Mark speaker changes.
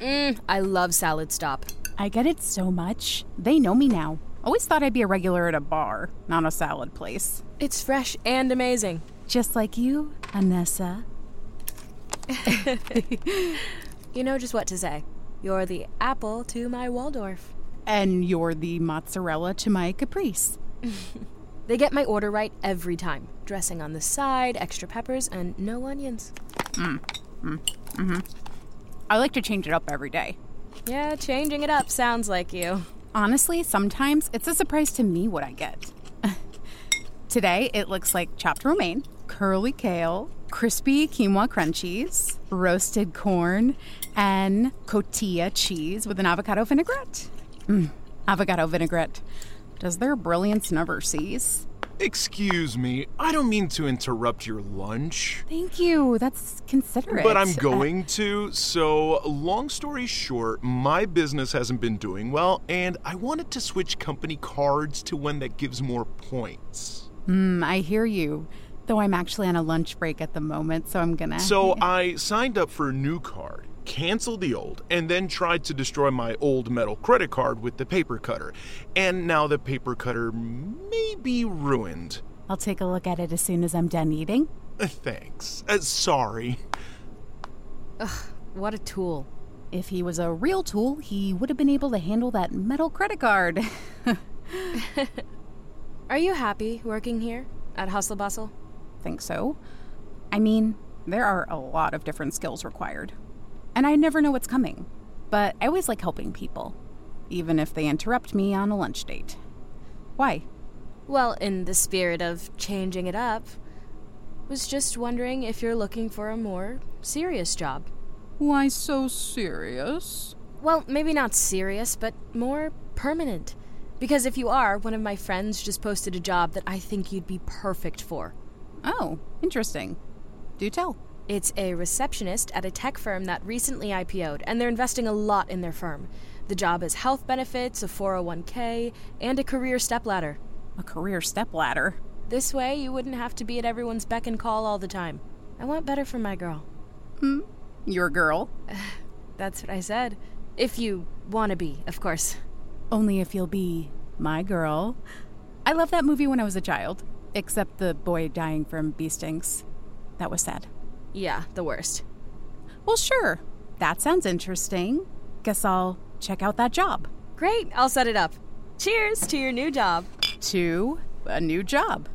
Speaker 1: Mmm, I love Salad Stop.
Speaker 2: I get it so much. They know me now. Always thought I'd be a regular at a bar, not a salad place.
Speaker 1: It's fresh and amazing.
Speaker 2: Just like you, Anessa.
Speaker 1: You know just what to say. You're the apple to my Waldorf.
Speaker 2: And you're the mozzarella to my caprice.
Speaker 1: They get my order right every time. Dressing on the side, extra peppers, and no onions.
Speaker 2: I like to change it up every day.
Speaker 1: Yeah, changing it up sounds like you.
Speaker 2: Honestly, sometimes it's a surprise to me what I get. Today, it looks like chopped romaine, curly kale, crispy quinoa crunchies, roasted corn, and cotija cheese with an avocado vinaigrette. Mm, avocado vinaigrette. Does their brilliance never cease?
Speaker 3: Excuse me, I don't mean to interrupt your lunch,
Speaker 2: Thank you. That's considerate.
Speaker 3: but I'm
Speaker 2: Uh,
Speaker 3: going to. So, long story short, my business hasn't been doing well, and I wanted to switch company cards to one that gives more points.
Speaker 2: Mm, I hear you. Though I'm actually on a lunch break at the moment, so I'm gonna.
Speaker 3: So, I signed up for a new card, canceled the old, and then tried to destroy my old metal credit card with the paper cutter. And now the paper cutter may be ruined.
Speaker 2: I'll take a look at it as soon as I'm done eating.
Speaker 3: Thanks. Uh, sorry.
Speaker 1: What a tool.
Speaker 2: If he was a real tool, he would have been able to handle that metal credit card.
Speaker 1: Are you happy working here at Hustle Bustle?
Speaker 2: Think so? I mean, there are a lot of different skills required. And I never know what's coming. But I always like helping people, even if they interrupt me on a lunch date. Why?
Speaker 1: Well, in the spirit of changing it up, was just wondering if you're looking for a more serious job.
Speaker 2: Why so serious?
Speaker 1: Well, maybe not serious, but more permanent. Because if you are, one of my friends just posted a job that I think you'd be perfect for.
Speaker 2: Oh, interesting. Do tell.
Speaker 1: It's a receptionist at a tech firm that recently IPO'd, and they're investing a lot in their firm. The job has health benefits, a 401k, and a career stepladder.
Speaker 2: A career stepladder.
Speaker 1: This way, you wouldn't have to be at everyone's beck and call all the time. I want better for my girl.
Speaker 2: Your girl.
Speaker 1: That's what I said. If you want to be, of course.
Speaker 2: Only if you'll be my girl. I loved that movie when I was a child, except the boy dying from bee stings. That was sad.
Speaker 1: Yeah, the worst.
Speaker 2: Well, sure. That sounds interesting. Guess I'll check out that job.
Speaker 1: Great, I'll set it up. Cheers to your new job.
Speaker 2: To a new job.